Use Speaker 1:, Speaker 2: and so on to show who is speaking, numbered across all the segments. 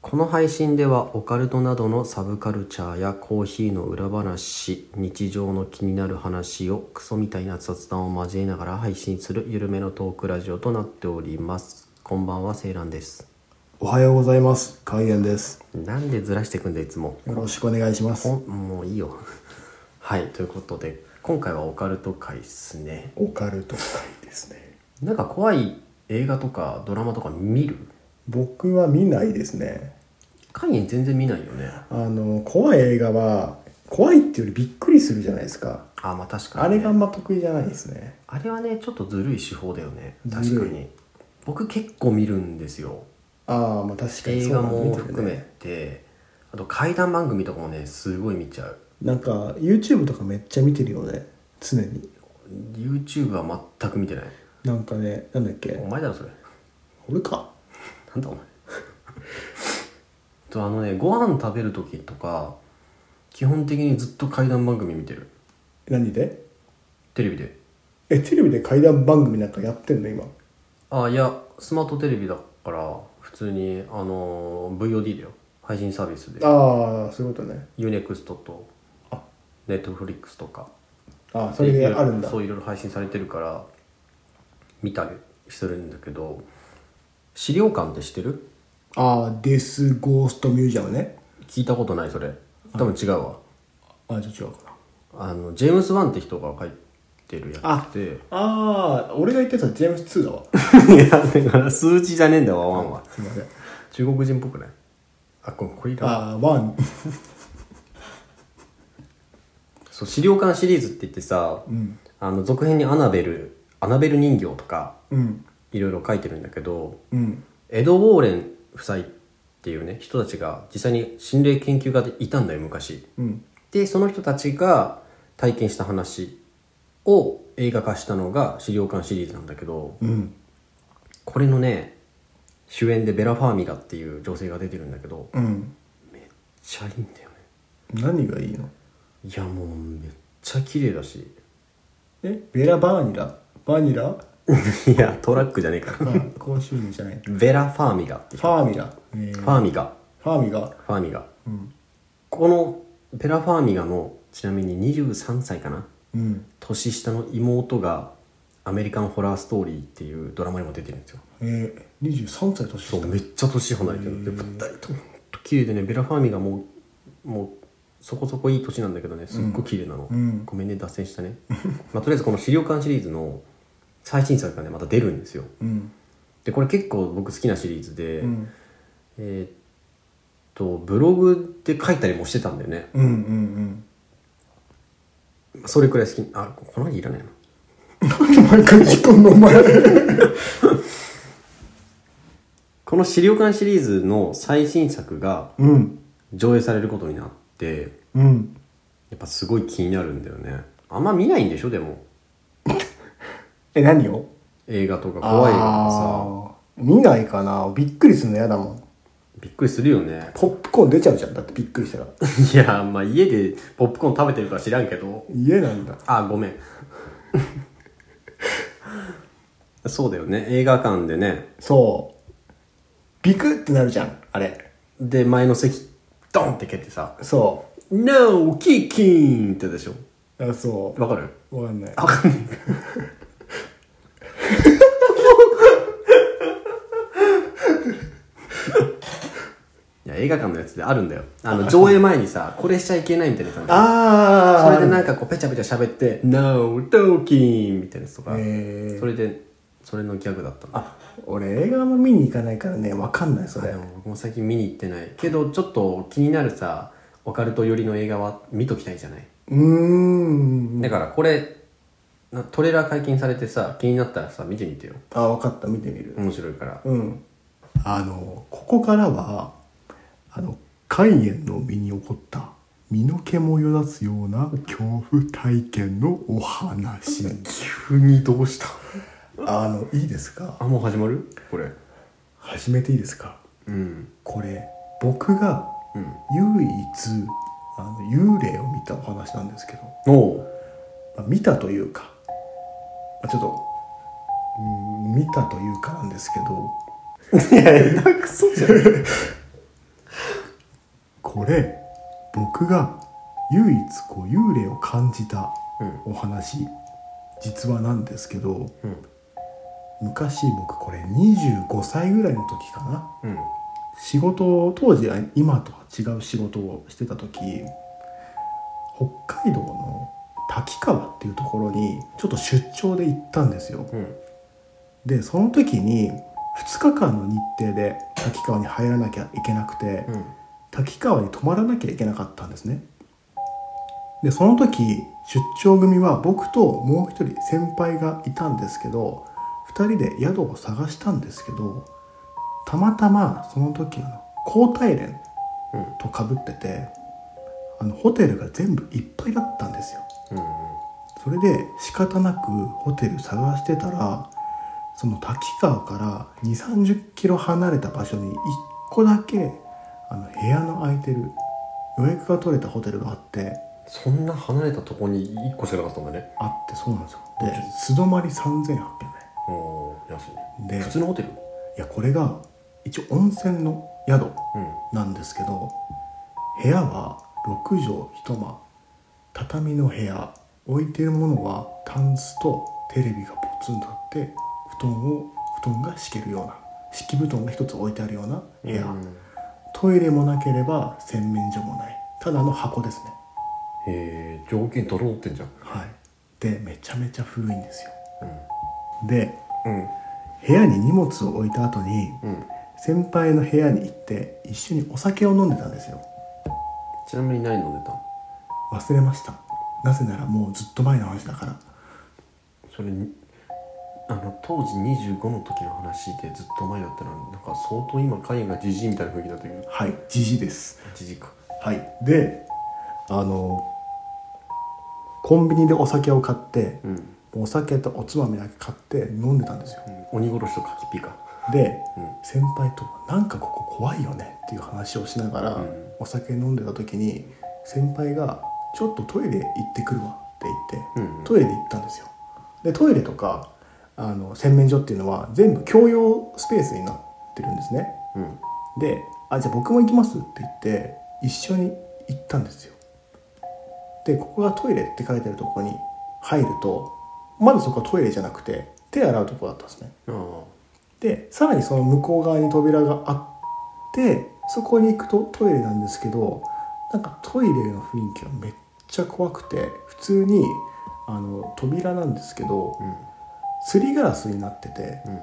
Speaker 1: この配信ではオカルトなどのサブカルチャーやコーヒーの裏話日常の気になる話をクソみたいな雑談を交えながら配信するゆるめのトークラジオとなっておりますこんばんはセイランです
Speaker 2: おはようございます。海源です。
Speaker 1: なんでずらしていくんだよいつも
Speaker 2: よろしくお願いします。
Speaker 1: おもういいよはいということで今回はオカルト会ですね
Speaker 2: オカルト会ですね。
Speaker 1: なんか怖い映画とかドラマとか見る
Speaker 2: 僕は見ないですね。
Speaker 1: カイエン全然見ないよね
Speaker 2: あの怖い映画は怖いっていうよりびっくりするじゃないですか。
Speaker 1: あまあ確か
Speaker 2: あ
Speaker 1: に、ね、
Speaker 2: れがあんま得意じゃないですね。
Speaker 1: あれはねちょっとずるい手法だよね
Speaker 2: ずる
Speaker 1: 確
Speaker 2: い
Speaker 1: かに僕結構見るんですよ
Speaker 2: ああまあ確かに
Speaker 1: 映
Speaker 2: そ
Speaker 1: 画
Speaker 2: うなの
Speaker 1: も
Speaker 2: 見てる
Speaker 1: 含め
Speaker 2: ね。
Speaker 1: て、あと怪談番組とかもねすごい見ちゃう
Speaker 2: なんか YouTube とかめっちゃ見てるよね。常に。
Speaker 1: YouTube は全く見てない
Speaker 2: なんかねなんだっけ
Speaker 1: お。前だろそれ
Speaker 2: 俺か。
Speaker 1: なんだお前 とあのねご飯食べる時とか基本的にずっと怪談番組見てる
Speaker 2: 何で？
Speaker 1: テレビで
Speaker 2: えテレビで怪談番組なんかやってんの今。
Speaker 1: あいやスマートテレビだから普通にあの VOD だよ配信サービスで
Speaker 2: ああそういうことね。
Speaker 1: UNEXT と
Speaker 2: あ
Speaker 1: Netflix とか
Speaker 2: あーそれであるんだ
Speaker 1: そ。ういろいろ配信されてるから見たりするんだけど資料館って知ってる
Speaker 2: ああデスゴーストミュージアムね。
Speaker 1: 聞いたことないそれ多分違うわ
Speaker 2: あじゃあ違うかな
Speaker 1: あのジェームス・ワンって人が書いてるやつで
Speaker 2: ああ俺が言ってたジェームス2だわ
Speaker 1: いやだから数字じゃねえんだわワンは
Speaker 2: すいません
Speaker 1: 中国人っぽくないあここれいらん
Speaker 2: ああワン
Speaker 1: そう資料館シリーズって言ってさ、
Speaker 2: ん
Speaker 1: あの続編にアナベルアナベル人形とか
Speaker 2: うん
Speaker 1: いろいろ書いてるんだけど
Speaker 2: うん
Speaker 1: エド・ウォーレン夫妻っていうね人たちが実際に心霊研究家でいたんだよ昔
Speaker 2: うん
Speaker 1: でその人たちが体験した話を映画化したのが資料館シリーズなんだけど
Speaker 2: うん
Speaker 1: これのね主演でベラ・ファーミラっていう女性が出てるんだけどめっ
Speaker 2: うん
Speaker 1: ちゃいいんだよね
Speaker 2: 何がいいの
Speaker 1: いやもうめっちゃ綺麗だし
Speaker 2: えベラ・バーニラバーニラ
Speaker 1: いやトラックじゃねえから
Speaker 2: 高収入じゃないフ
Speaker 1: ベラ・ファーミラっていう
Speaker 2: ァーミラ、えー
Speaker 1: ファーミガ
Speaker 2: ファーミが
Speaker 1: ファーミガ
Speaker 2: うん
Speaker 1: このベラ・ファーミガのちなみに23歳かな
Speaker 2: うん
Speaker 1: 年下の妹がアメリカンホラーストーリーっていうドラマにも出てるんですよ
Speaker 2: えー、23歳年下
Speaker 1: そうめっちゃ年離れてるで舞台とほんと綺麗でねベラファーミがもうもうそこそこいい年なんだけどねすっごい綺麗なの、
Speaker 2: うん
Speaker 1: ごめんね脱線したね、まあ、とりあえずこの資料館シリーズの最新作がねまた出るんですよ
Speaker 2: うん
Speaker 1: でこれ結構僕好きなシリーズで、
Speaker 2: うん
Speaker 1: えーっとブログで書いたりもしてたんだよね
Speaker 2: うんうん
Speaker 1: それくらい好きあこの間いらないな
Speaker 2: うん毎回時間の前
Speaker 1: この資料館シリーズの最新作が
Speaker 2: うん
Speaker 1: 上映されることになって
Speaker 2: うん
Speaker 1: やっぱすごい気になるんだよねあんま見ないんでしょでも
Speaker 2: え何を
Speaker 1: 映画とか怖い映画とか
Speaker 2: あー見ないかなびっくりするの嫌だもん
Speaker 1: さびっくりするよね
Speaker 2: ポップコーン出ちゃうじゃんだってびっくりしたら
Speaker 1: いやまあ家でポップコーン食べてるか知らんけど
Speaker 2: 家なんだ
Speaker 1: あごめん そうだよね映画館でね
Speaker 2: そうビクってなるじゃんあれ
Speaker 1: で前の席ドンって蹴ってさ
Speaker 2: そ
Speaker 1: 「NO キッキン!」ってでしょ
Speaker 2: うあそ
Speaker 1: わかる
Speaker 2: うわかんない
Speaker 1: わかんないいや映画館のやつであるんだよあ の上映前にさこれしちゃいけないみたいな感じ
Speaker 2: あ
Speaker 1: それで
Speaker 2: い
Speaker 1: なんかこうペチャペチャ喋って「No talking」みたいなやつとか、
Speaker 2: え
Speaker 1: それでそれのギャグだったのあ
Speaker 2: 俺映画も見に行かないからねわかんないそ
Speaker 1: で
Speaker 2: れ
Speaker 1: も僕も最近見に行ってないけどちょっと気になるさオカルト寄りの映画は見ときたいじゃない、
Speaker 2: うーん
Speaker 1: だからこれなトレーラー解禁されてさ気になったらさ見てみてよ
Speaker 2: あわかった見てみる
Speaker 1: 面白いから
Speaker 2: うんあのここからはあの海縁の身に起こった身の毛もよだつような恐怖体験のお 話
Speaker 1: 急にどうした
Speaker 2: あのいいですか
Speaker 1: あもう始まるこれ
Speaker 2: 始めていいですか
Speaker 1: うん
Speaker 2: これ僕が
Speaker 1: うん
Speaker 2: 唯一あの幽霊を見たお話なんですけど、
Speaker 1: おう
Speaker 2: まあ、見たというか、まあ、ちょっと、うん、見たというかなんですけど
Speaker 1: いや下手くそじゃん
Speaker 2: これ僕が唯一こう幽霊を感じた
Speaker 1: うん
Speaker 2: お話実はなんですけど
Speaker 1: うん
Speaker 2: 昔僕これ25歳ぐらいの時かな
Speaker 1: うん
Speaker 2: 仕事を当時は今とは違う仕事をしてた時北海道の滝川っていうところにちょっと出張で行ったんですよ
Speaker 1: うん
Speaker 2: でその時に2日間の日程で滝川に入らなきゃいけなくて
Speaker 1: うん
Speaker 2: 滝川に泊まらなきゃいけなかったんですねでその時出張組は僕ともう一人先輩がいたんですけど2人で宿を探したんですけどたまたまその時あの交代
Speaker 1: う
Speaker 2: 連
Speaker 1: ん
Speaker 2: とかぶっててあのホテルが全部いっぱいだったんですよ
Speaker 1: う
Speaker 2: それで仕方なくホテル探してたらその滝川から2 3 0キロ離れた場所に1個だけあの部屋の空いてる予約が取れたホテルがあって
Speaker 1: んそんな離れたとこに1個しかなかったんだね
Speaker 2: あってそうなんですよで素泊まり3800
Speaker 1: おー安い
Speaker 2: 円で
Speaker 1: 普通のホテル
Speaker 2: いやこれが一応温泉の宿
Speaker 1: う
Speaker 2: なんですけど部屋は6畳一間畳の部屋置いてるものはタンスとテレビがポツンとあって布団を布団が敷けるような敷布団が一つ置いてあるような部
Speaker 1: ん
Speaker 2: 屋、
Speaker 1: うん
Speaker 2: トイレもなければ洗面所もないただの箱ですね
Speaker 1: へえ条件整ってんじゃん
Speaker 2: はいでめちゃめちゃ古いんですよ
Speaker 1: う
Speaker 2: で
Speaker 1: んうん
Speaker 2: 部屋に荷物を置いた後に
Speaker 1: うん
Speaker 2: 先輩の部屋に行って一緒にお酒を飲んでたんですよ
Speaker 1: ちなみに何飲んでたの
Speaker 2: 忘れましたなぜならもうずっと前の話だから
Speaker 1: それにあの当時25の時の話でずっと前だったらなんか相当今海がじじいみたいな雰囲気だったけど
Speaker 2: はいじじです
Speaker 1: じじいか
Speaker 2: はいであのコンビニでお酒を買って
Speaker 1: うん、
Speaker 2: お酒とおつまみだけ買って飲んでたんですよ
Speaker 1: 鬼殺しとかキピか
Speaker 2: で
Speaker 1: うん
Speaker 2: 先輩と「なんかここ怖いよね」っていう話をしながら、
Speaker 1: うん
Speaker 2: お酒飲んでた時に先輩が「ちょっとトイレ行ってくるわ」って言って、
Speaker 1: うん
Speaker 2: トイレに行ったんですよでトイレとかあの洗面所っていうのは全部共用スペースになってるんですね
Speaker 1: うん
Speaker 2: で「あじゃあ僕も行きます」って言って一緒に行ったんですよでここがトイレって書いてあるところに入るとまずそこはトイレじゃなくて手洗うところだったんですね
Speaker 1: ああ
Speaker 2: でさらにその向こう側に扉があってそこに行くとトイレなんですけどなんかトイレの雰囲気がめっちゃ怖くて普通にあの扉なんですけど
Speaker 1: うん
Speaker 2: すりガラスになってて
Speaker 1: うん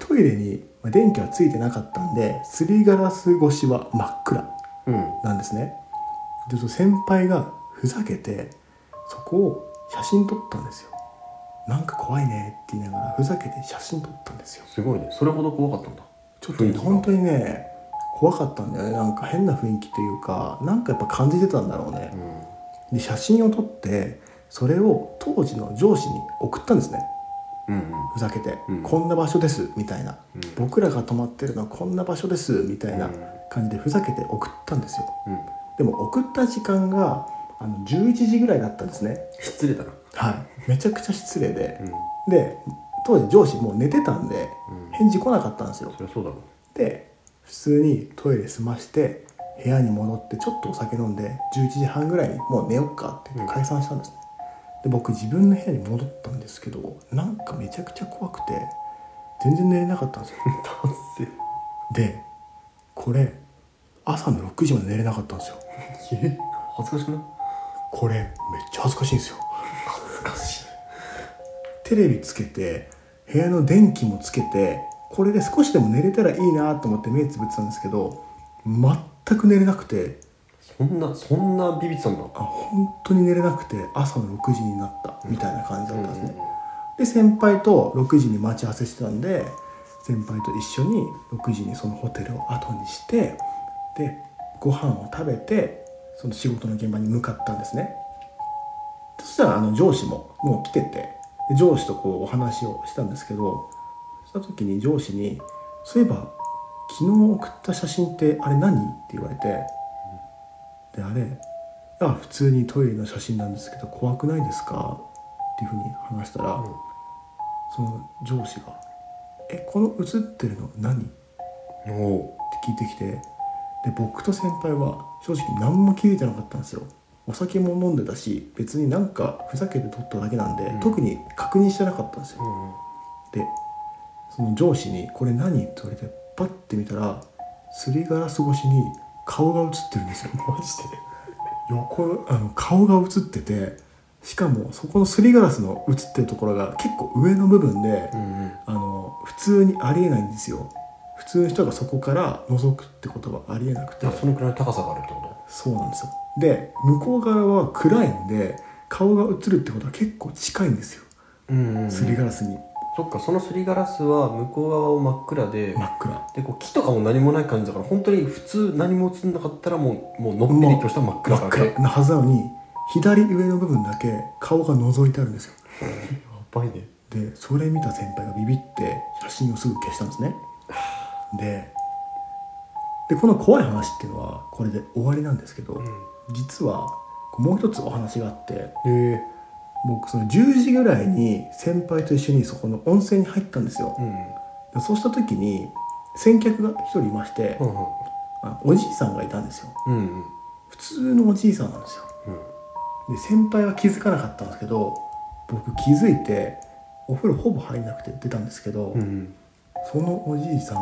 Speaker 2: トイレにまあ電気はついてなかったんですりガラス越しは真っ暗
Speaker 1: うん
Speaker 2: なんですねでその先輩がふざけてそこを写真撮ったんですよなんか怖いねって言いながらふざけて写真撮ったんですよ
Speaker 1: すごいねそれほど怖かったんだ
Speaker 2: ちょっとね
Speaker 1: 雰囲気が
Speaker 2: 本当にね怖かったんだよねなんか変な雰囲気というかなんかやっぱ感じてたんだろうね
Speaker 1: うん
Speaker 2: で写真を撮ってそれを当時の上司に送ったんですね
Speaker 1: うんうん
Speaker 2: ふざけて、
Speaker 1: うん
Speaker 2: こんな場所ですみたいな僕らが泊まってるのはこんな場所ですみたいな感じでふざけて送ったんですよ
Speaker 1: うんうん
Speaker 2: でも送った時間があの11時ぐらいだったんですね
Speaker 1: 失礼だな
Speaker 2: はいめちゃくちゃ失礼で
Speaker 1: うん
Speaker 2: で当時上司もう寝てたんで
Speaker 1: うん
Speaker 2: 返事来なかったんですよ
Speaker 1: そりゃそうだろ
Speaker 2: で普通にトイレ済まして部屋に戻ってちょっとお酒飲んで11時半ぐらいにもう寝よっかって言って解散したんですね、で僕自分の部屋に戻ったんですけどなんかめちゃくちゃ怖くて全然寝れなかったんですよ
Speaker 1: 達成
Speaker 2: でこれ朝の6時まで寝れなかったんですよ
Speaker 1: え恥ずかしくない
Speaker 2: これめっちゃ恥ずかしいんですよ
Speaker 1: 恥ずかしい
Speaker 2: テレビつけて部屋の電気もつけてこれで少しでも寝れたらいいなと思って目つぶってたんですけど全く寝れなくて
Speaker 1: そんなそんなビビってたんだ
Speaker 2: あ本当に寝れなくて朝の6時になったみたいな感じだったんですね、
Speaker 1: うん
Speaker 2: で先輩と6時に待ち合わせしてたんで先輩と一緒に6時にそのホテルを後にしてでご飯を食べてその仕事の現場に向かったんですねそしたらあの上司ももう来ててで上司とこうお話をしたんですけどそした時に上司に「そういえば昨日送った写真ってあれ何?」って言われてであれあ普通にトイレの写真なんですけど怖くないですかっていうふうに話したら、
Speaker 1: うん
Speaker 2: その上司が「えこの写ってるの何?」って
Speaker 1: おお
Speaker 2: 聞いてきてで僕と先輩は正直何も気づいてなかったんですよお酒も飲んでたし別になんかふざけて撮っただけなんで、
Speaker 1: うん
Speaker 2: 特に確認してなかったんですよ、でその上司に「これ何?」って言われてパッて見たらすりガラス越しに顔が映ってるんですよマジで横あの顔が映っててしかもそこのすりガラスの映ってるところが結構上の部分で、
Speaker 1: うん
Speaker 2: あの普通にありえないんですよ普通の人がそこから覗くってことはありえなくて
Speaker 1: あそのくらいの高さがあるってこ
Speaker 2: そうなんですよで向こう側は暗いんで顔が映るってことは結構近いんですよ
Speaker 1: とうんうんうん
Speaker 2: すりガラスに
Speaker 1: そっかそのすりガラスは向こう側を真っ暗で、
Speaker 2: 真っ暗
Speaker 1: でこう木とかも何もない感じだから本当に普通何も映んなかったらもうもうのっぺりとした真っ暗だ
Speaker 2: 真っ
Speaker 1: け、や
Speaker 2: 暗なはずなのに左上の部分だけ顔が覗いてあるんですよ
Speaker 1: ばいね
Speaker 2: でそれ見た先輩がビビって写真をすぐ消したんですねででこの怖い話っていうのはこれで終わりなんですけど、実はこうもう一つお話があって
Speaker 1: へえ
Speaker 2: 僕その10時ぐらいに先輩と一緒にそこの温泉に入ったんですよ
Speaker 1: う、んうん
Speaker 2: でそうした時に先客が一人いまして、あおじいさんがいたんですよ
Speaker 1: うんうんうん
Speaker 2: 普通のおじいさんなんですよ
Speaker 1: うん
Speaker 2: で先輩は気づかなかったんですけど僕気づいてお風呂ほぼ入んなくて出たんですけど、
Speaker 1: うんうん
Speaker 2: そのおじいさん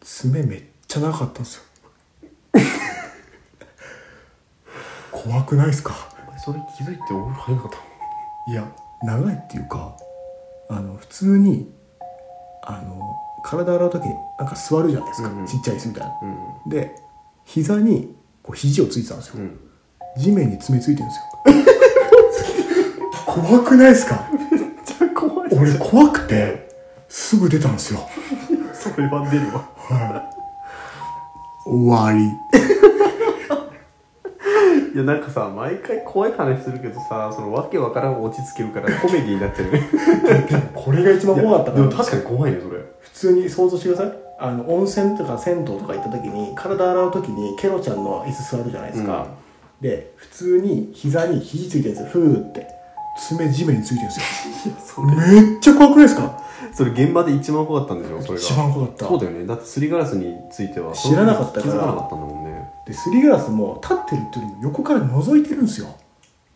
Speaker 2: 爪めっちゃ長かったんで すよ怖くないですか
Speaker 1: お前それ気づいてお風呂入んなかった
Speaker 2: いや長いっていうかあの普通にあの体洗う時になんか座るじゃないですか、
Speaker 1: うんうん
Speaker 2: ちっちゃい椅子みたいな
Speaker 1: うん
Speaker 2: で膝にこう肘をついてたんですよ、
Speaker 1: うん
Speaker 2: 地面に爪ついてるんですよ 怖くないですか
Speaker 1: じゃ怖
Speaker 2: 俺怖くてすぐ出たんですよ
Speaker 1: それは出るわ
Speaker 2: 終わり
Speaker 1: いやなんかさ毎回怖い話するけどさそのわけわからん落ち着けるからコメディになってるね
Speaker 2: これが一番怖かった
Speaker 1: で
Speaker 2: か
Speaker 1: も
Speaker 2: ら
Speaker 1: 確かに 怖いねそれ
Speaker 2: 普通に想像してくださいあの温泉とか銭湯とか行った時に体洗う時にケロちゃんの椅子座るじゃないですか、で普通に膝に肘ついてるんですよふーって爪地面についてるんですよ
Speaker 1: そ
Speaker 2: めっちゃ怖くないですか
Speaker 1: それ現場で一番怖かったんでしょそれが
Speaker 2: 一番怖かった
Speaker 1: そうだよねだってすりガラスについては
Speaker 2: 知らなかったから
Speaker 1: 気づかなかったんだもんね
Speaker 2: ですりガラスも立ってるっていうよりも横から覗いてるんですよ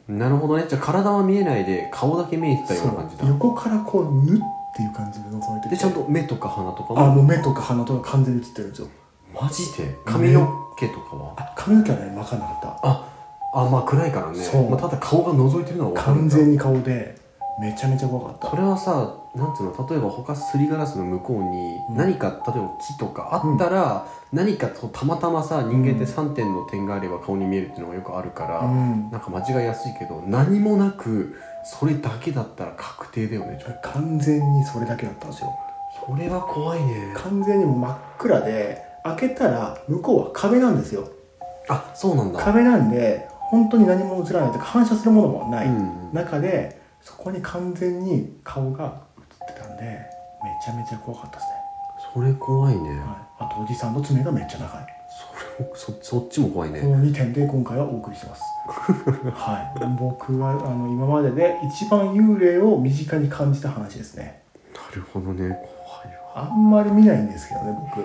Speaker 1: なるほどねじゃあ体は見えないで顔だけ見えてたような感じだ
Speaker 2: そう横からこうぬっていう感じで覗いてて
Speaker 1: でちゃんと目とか鼻とか
Speaker 2: あ
Speaker 1: も
Speaker 2: もう目とか鼻とか完全に映ってるんですよ
Speaker 1: マジで髪の毛とかは
Speaker 2: あ髪の毛はね巻かなかった
Speaker 1: ああまあ暗いからね
Speaker 2: そう
Speaker 1: まあ、ただ顔が覗いてるのは分かる
Speaker 2: 完
Speaker 1: んだ
Speaker 2: 全に顔でめちゃめちゃ怖かった
Speaker 1: それはさなんていうの例えば他すりガラスの向こうに
Speaker 2: うん
Speaker 1: 何か、例えば木とかあったら、何かとたまたまさ人間って3点の点があれば顔に見えるっていうのがよくあるから、
Speaker 2: うん
Speaker 1: なんか間違いやすいけど何もなくそれだけだったら確定だよねちょ
Speaker 2: 完全にそれだけだったんですよ
Speaker 1: それは怖いね
Speaker 2: 完全にもう真っ暗で開けたら向こうは壁なんですよ
Speaker 1: あそうなんだ
Speaker 2: 壁なんで本当に何も映らないというか反射するものもない、
Speaker 1: うん
Speaker 2: 中でそこに完全に顔が映ってたんでめちゃめちゃ怖かったです
Speaker 1: それ怖いね、
Speaker 2: ね、はい、あとおじさんの爪がめっちゃ長い
Speaker 1: それもそそっちも怖いね、
Speaker 2: この2点で今回はお送りしてます はい僕はあの今までで一番幽霊を身近に感じた話ですね
Speaker 1: なるほどね怖いわ、
Speaker 2: あんまり見ないんですけどね僕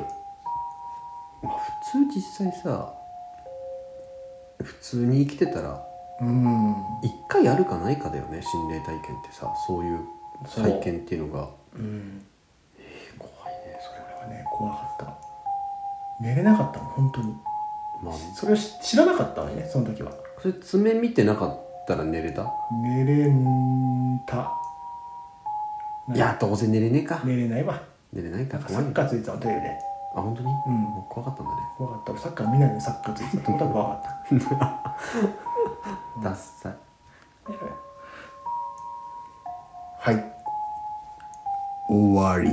Speaker 1: まあ、普通実際さ普通に生きてたら
Speaker 2: うん
Speaker 1: 一回あるかないかだよね心霊体験ってさそういう
Speaker 2: そう
Speaker 1: 体験っていうのが
Speaker 2: うん
Speaker 1: 怖いねそ
Speaker 2: こ
Speaker 1: れ
Speaker 2: れはね怖かった寝れなかったの本当に
Speaker 1: まあ
Speaker 2: それを知知らなかったのねその時は
Speaker 1: それ爪見てなかったら寝れた
Speaker 2: 寝れんた
Speaker 1: いやどうせ寝れねえか
Speaker 2: 寝れないわ
Speaker 1: 寝れないか
Speaker 2: なんから
Speaker 1: 怖
Speaker 2: サ
Speaker 1: い
Speaker 2: ッ
Speaker 1: ね
Speaker 2: カーついてたのテレビで
Speaker 1: あ本当に
Speaker 2: うん
Speaker 1: もう怖かったんだね
Speaker 2: 怖かった俺サッカー見ないのにサッカーついてたってことは怖か っ
Speaker 1: ダッサい
Speaker 2: たはい終わり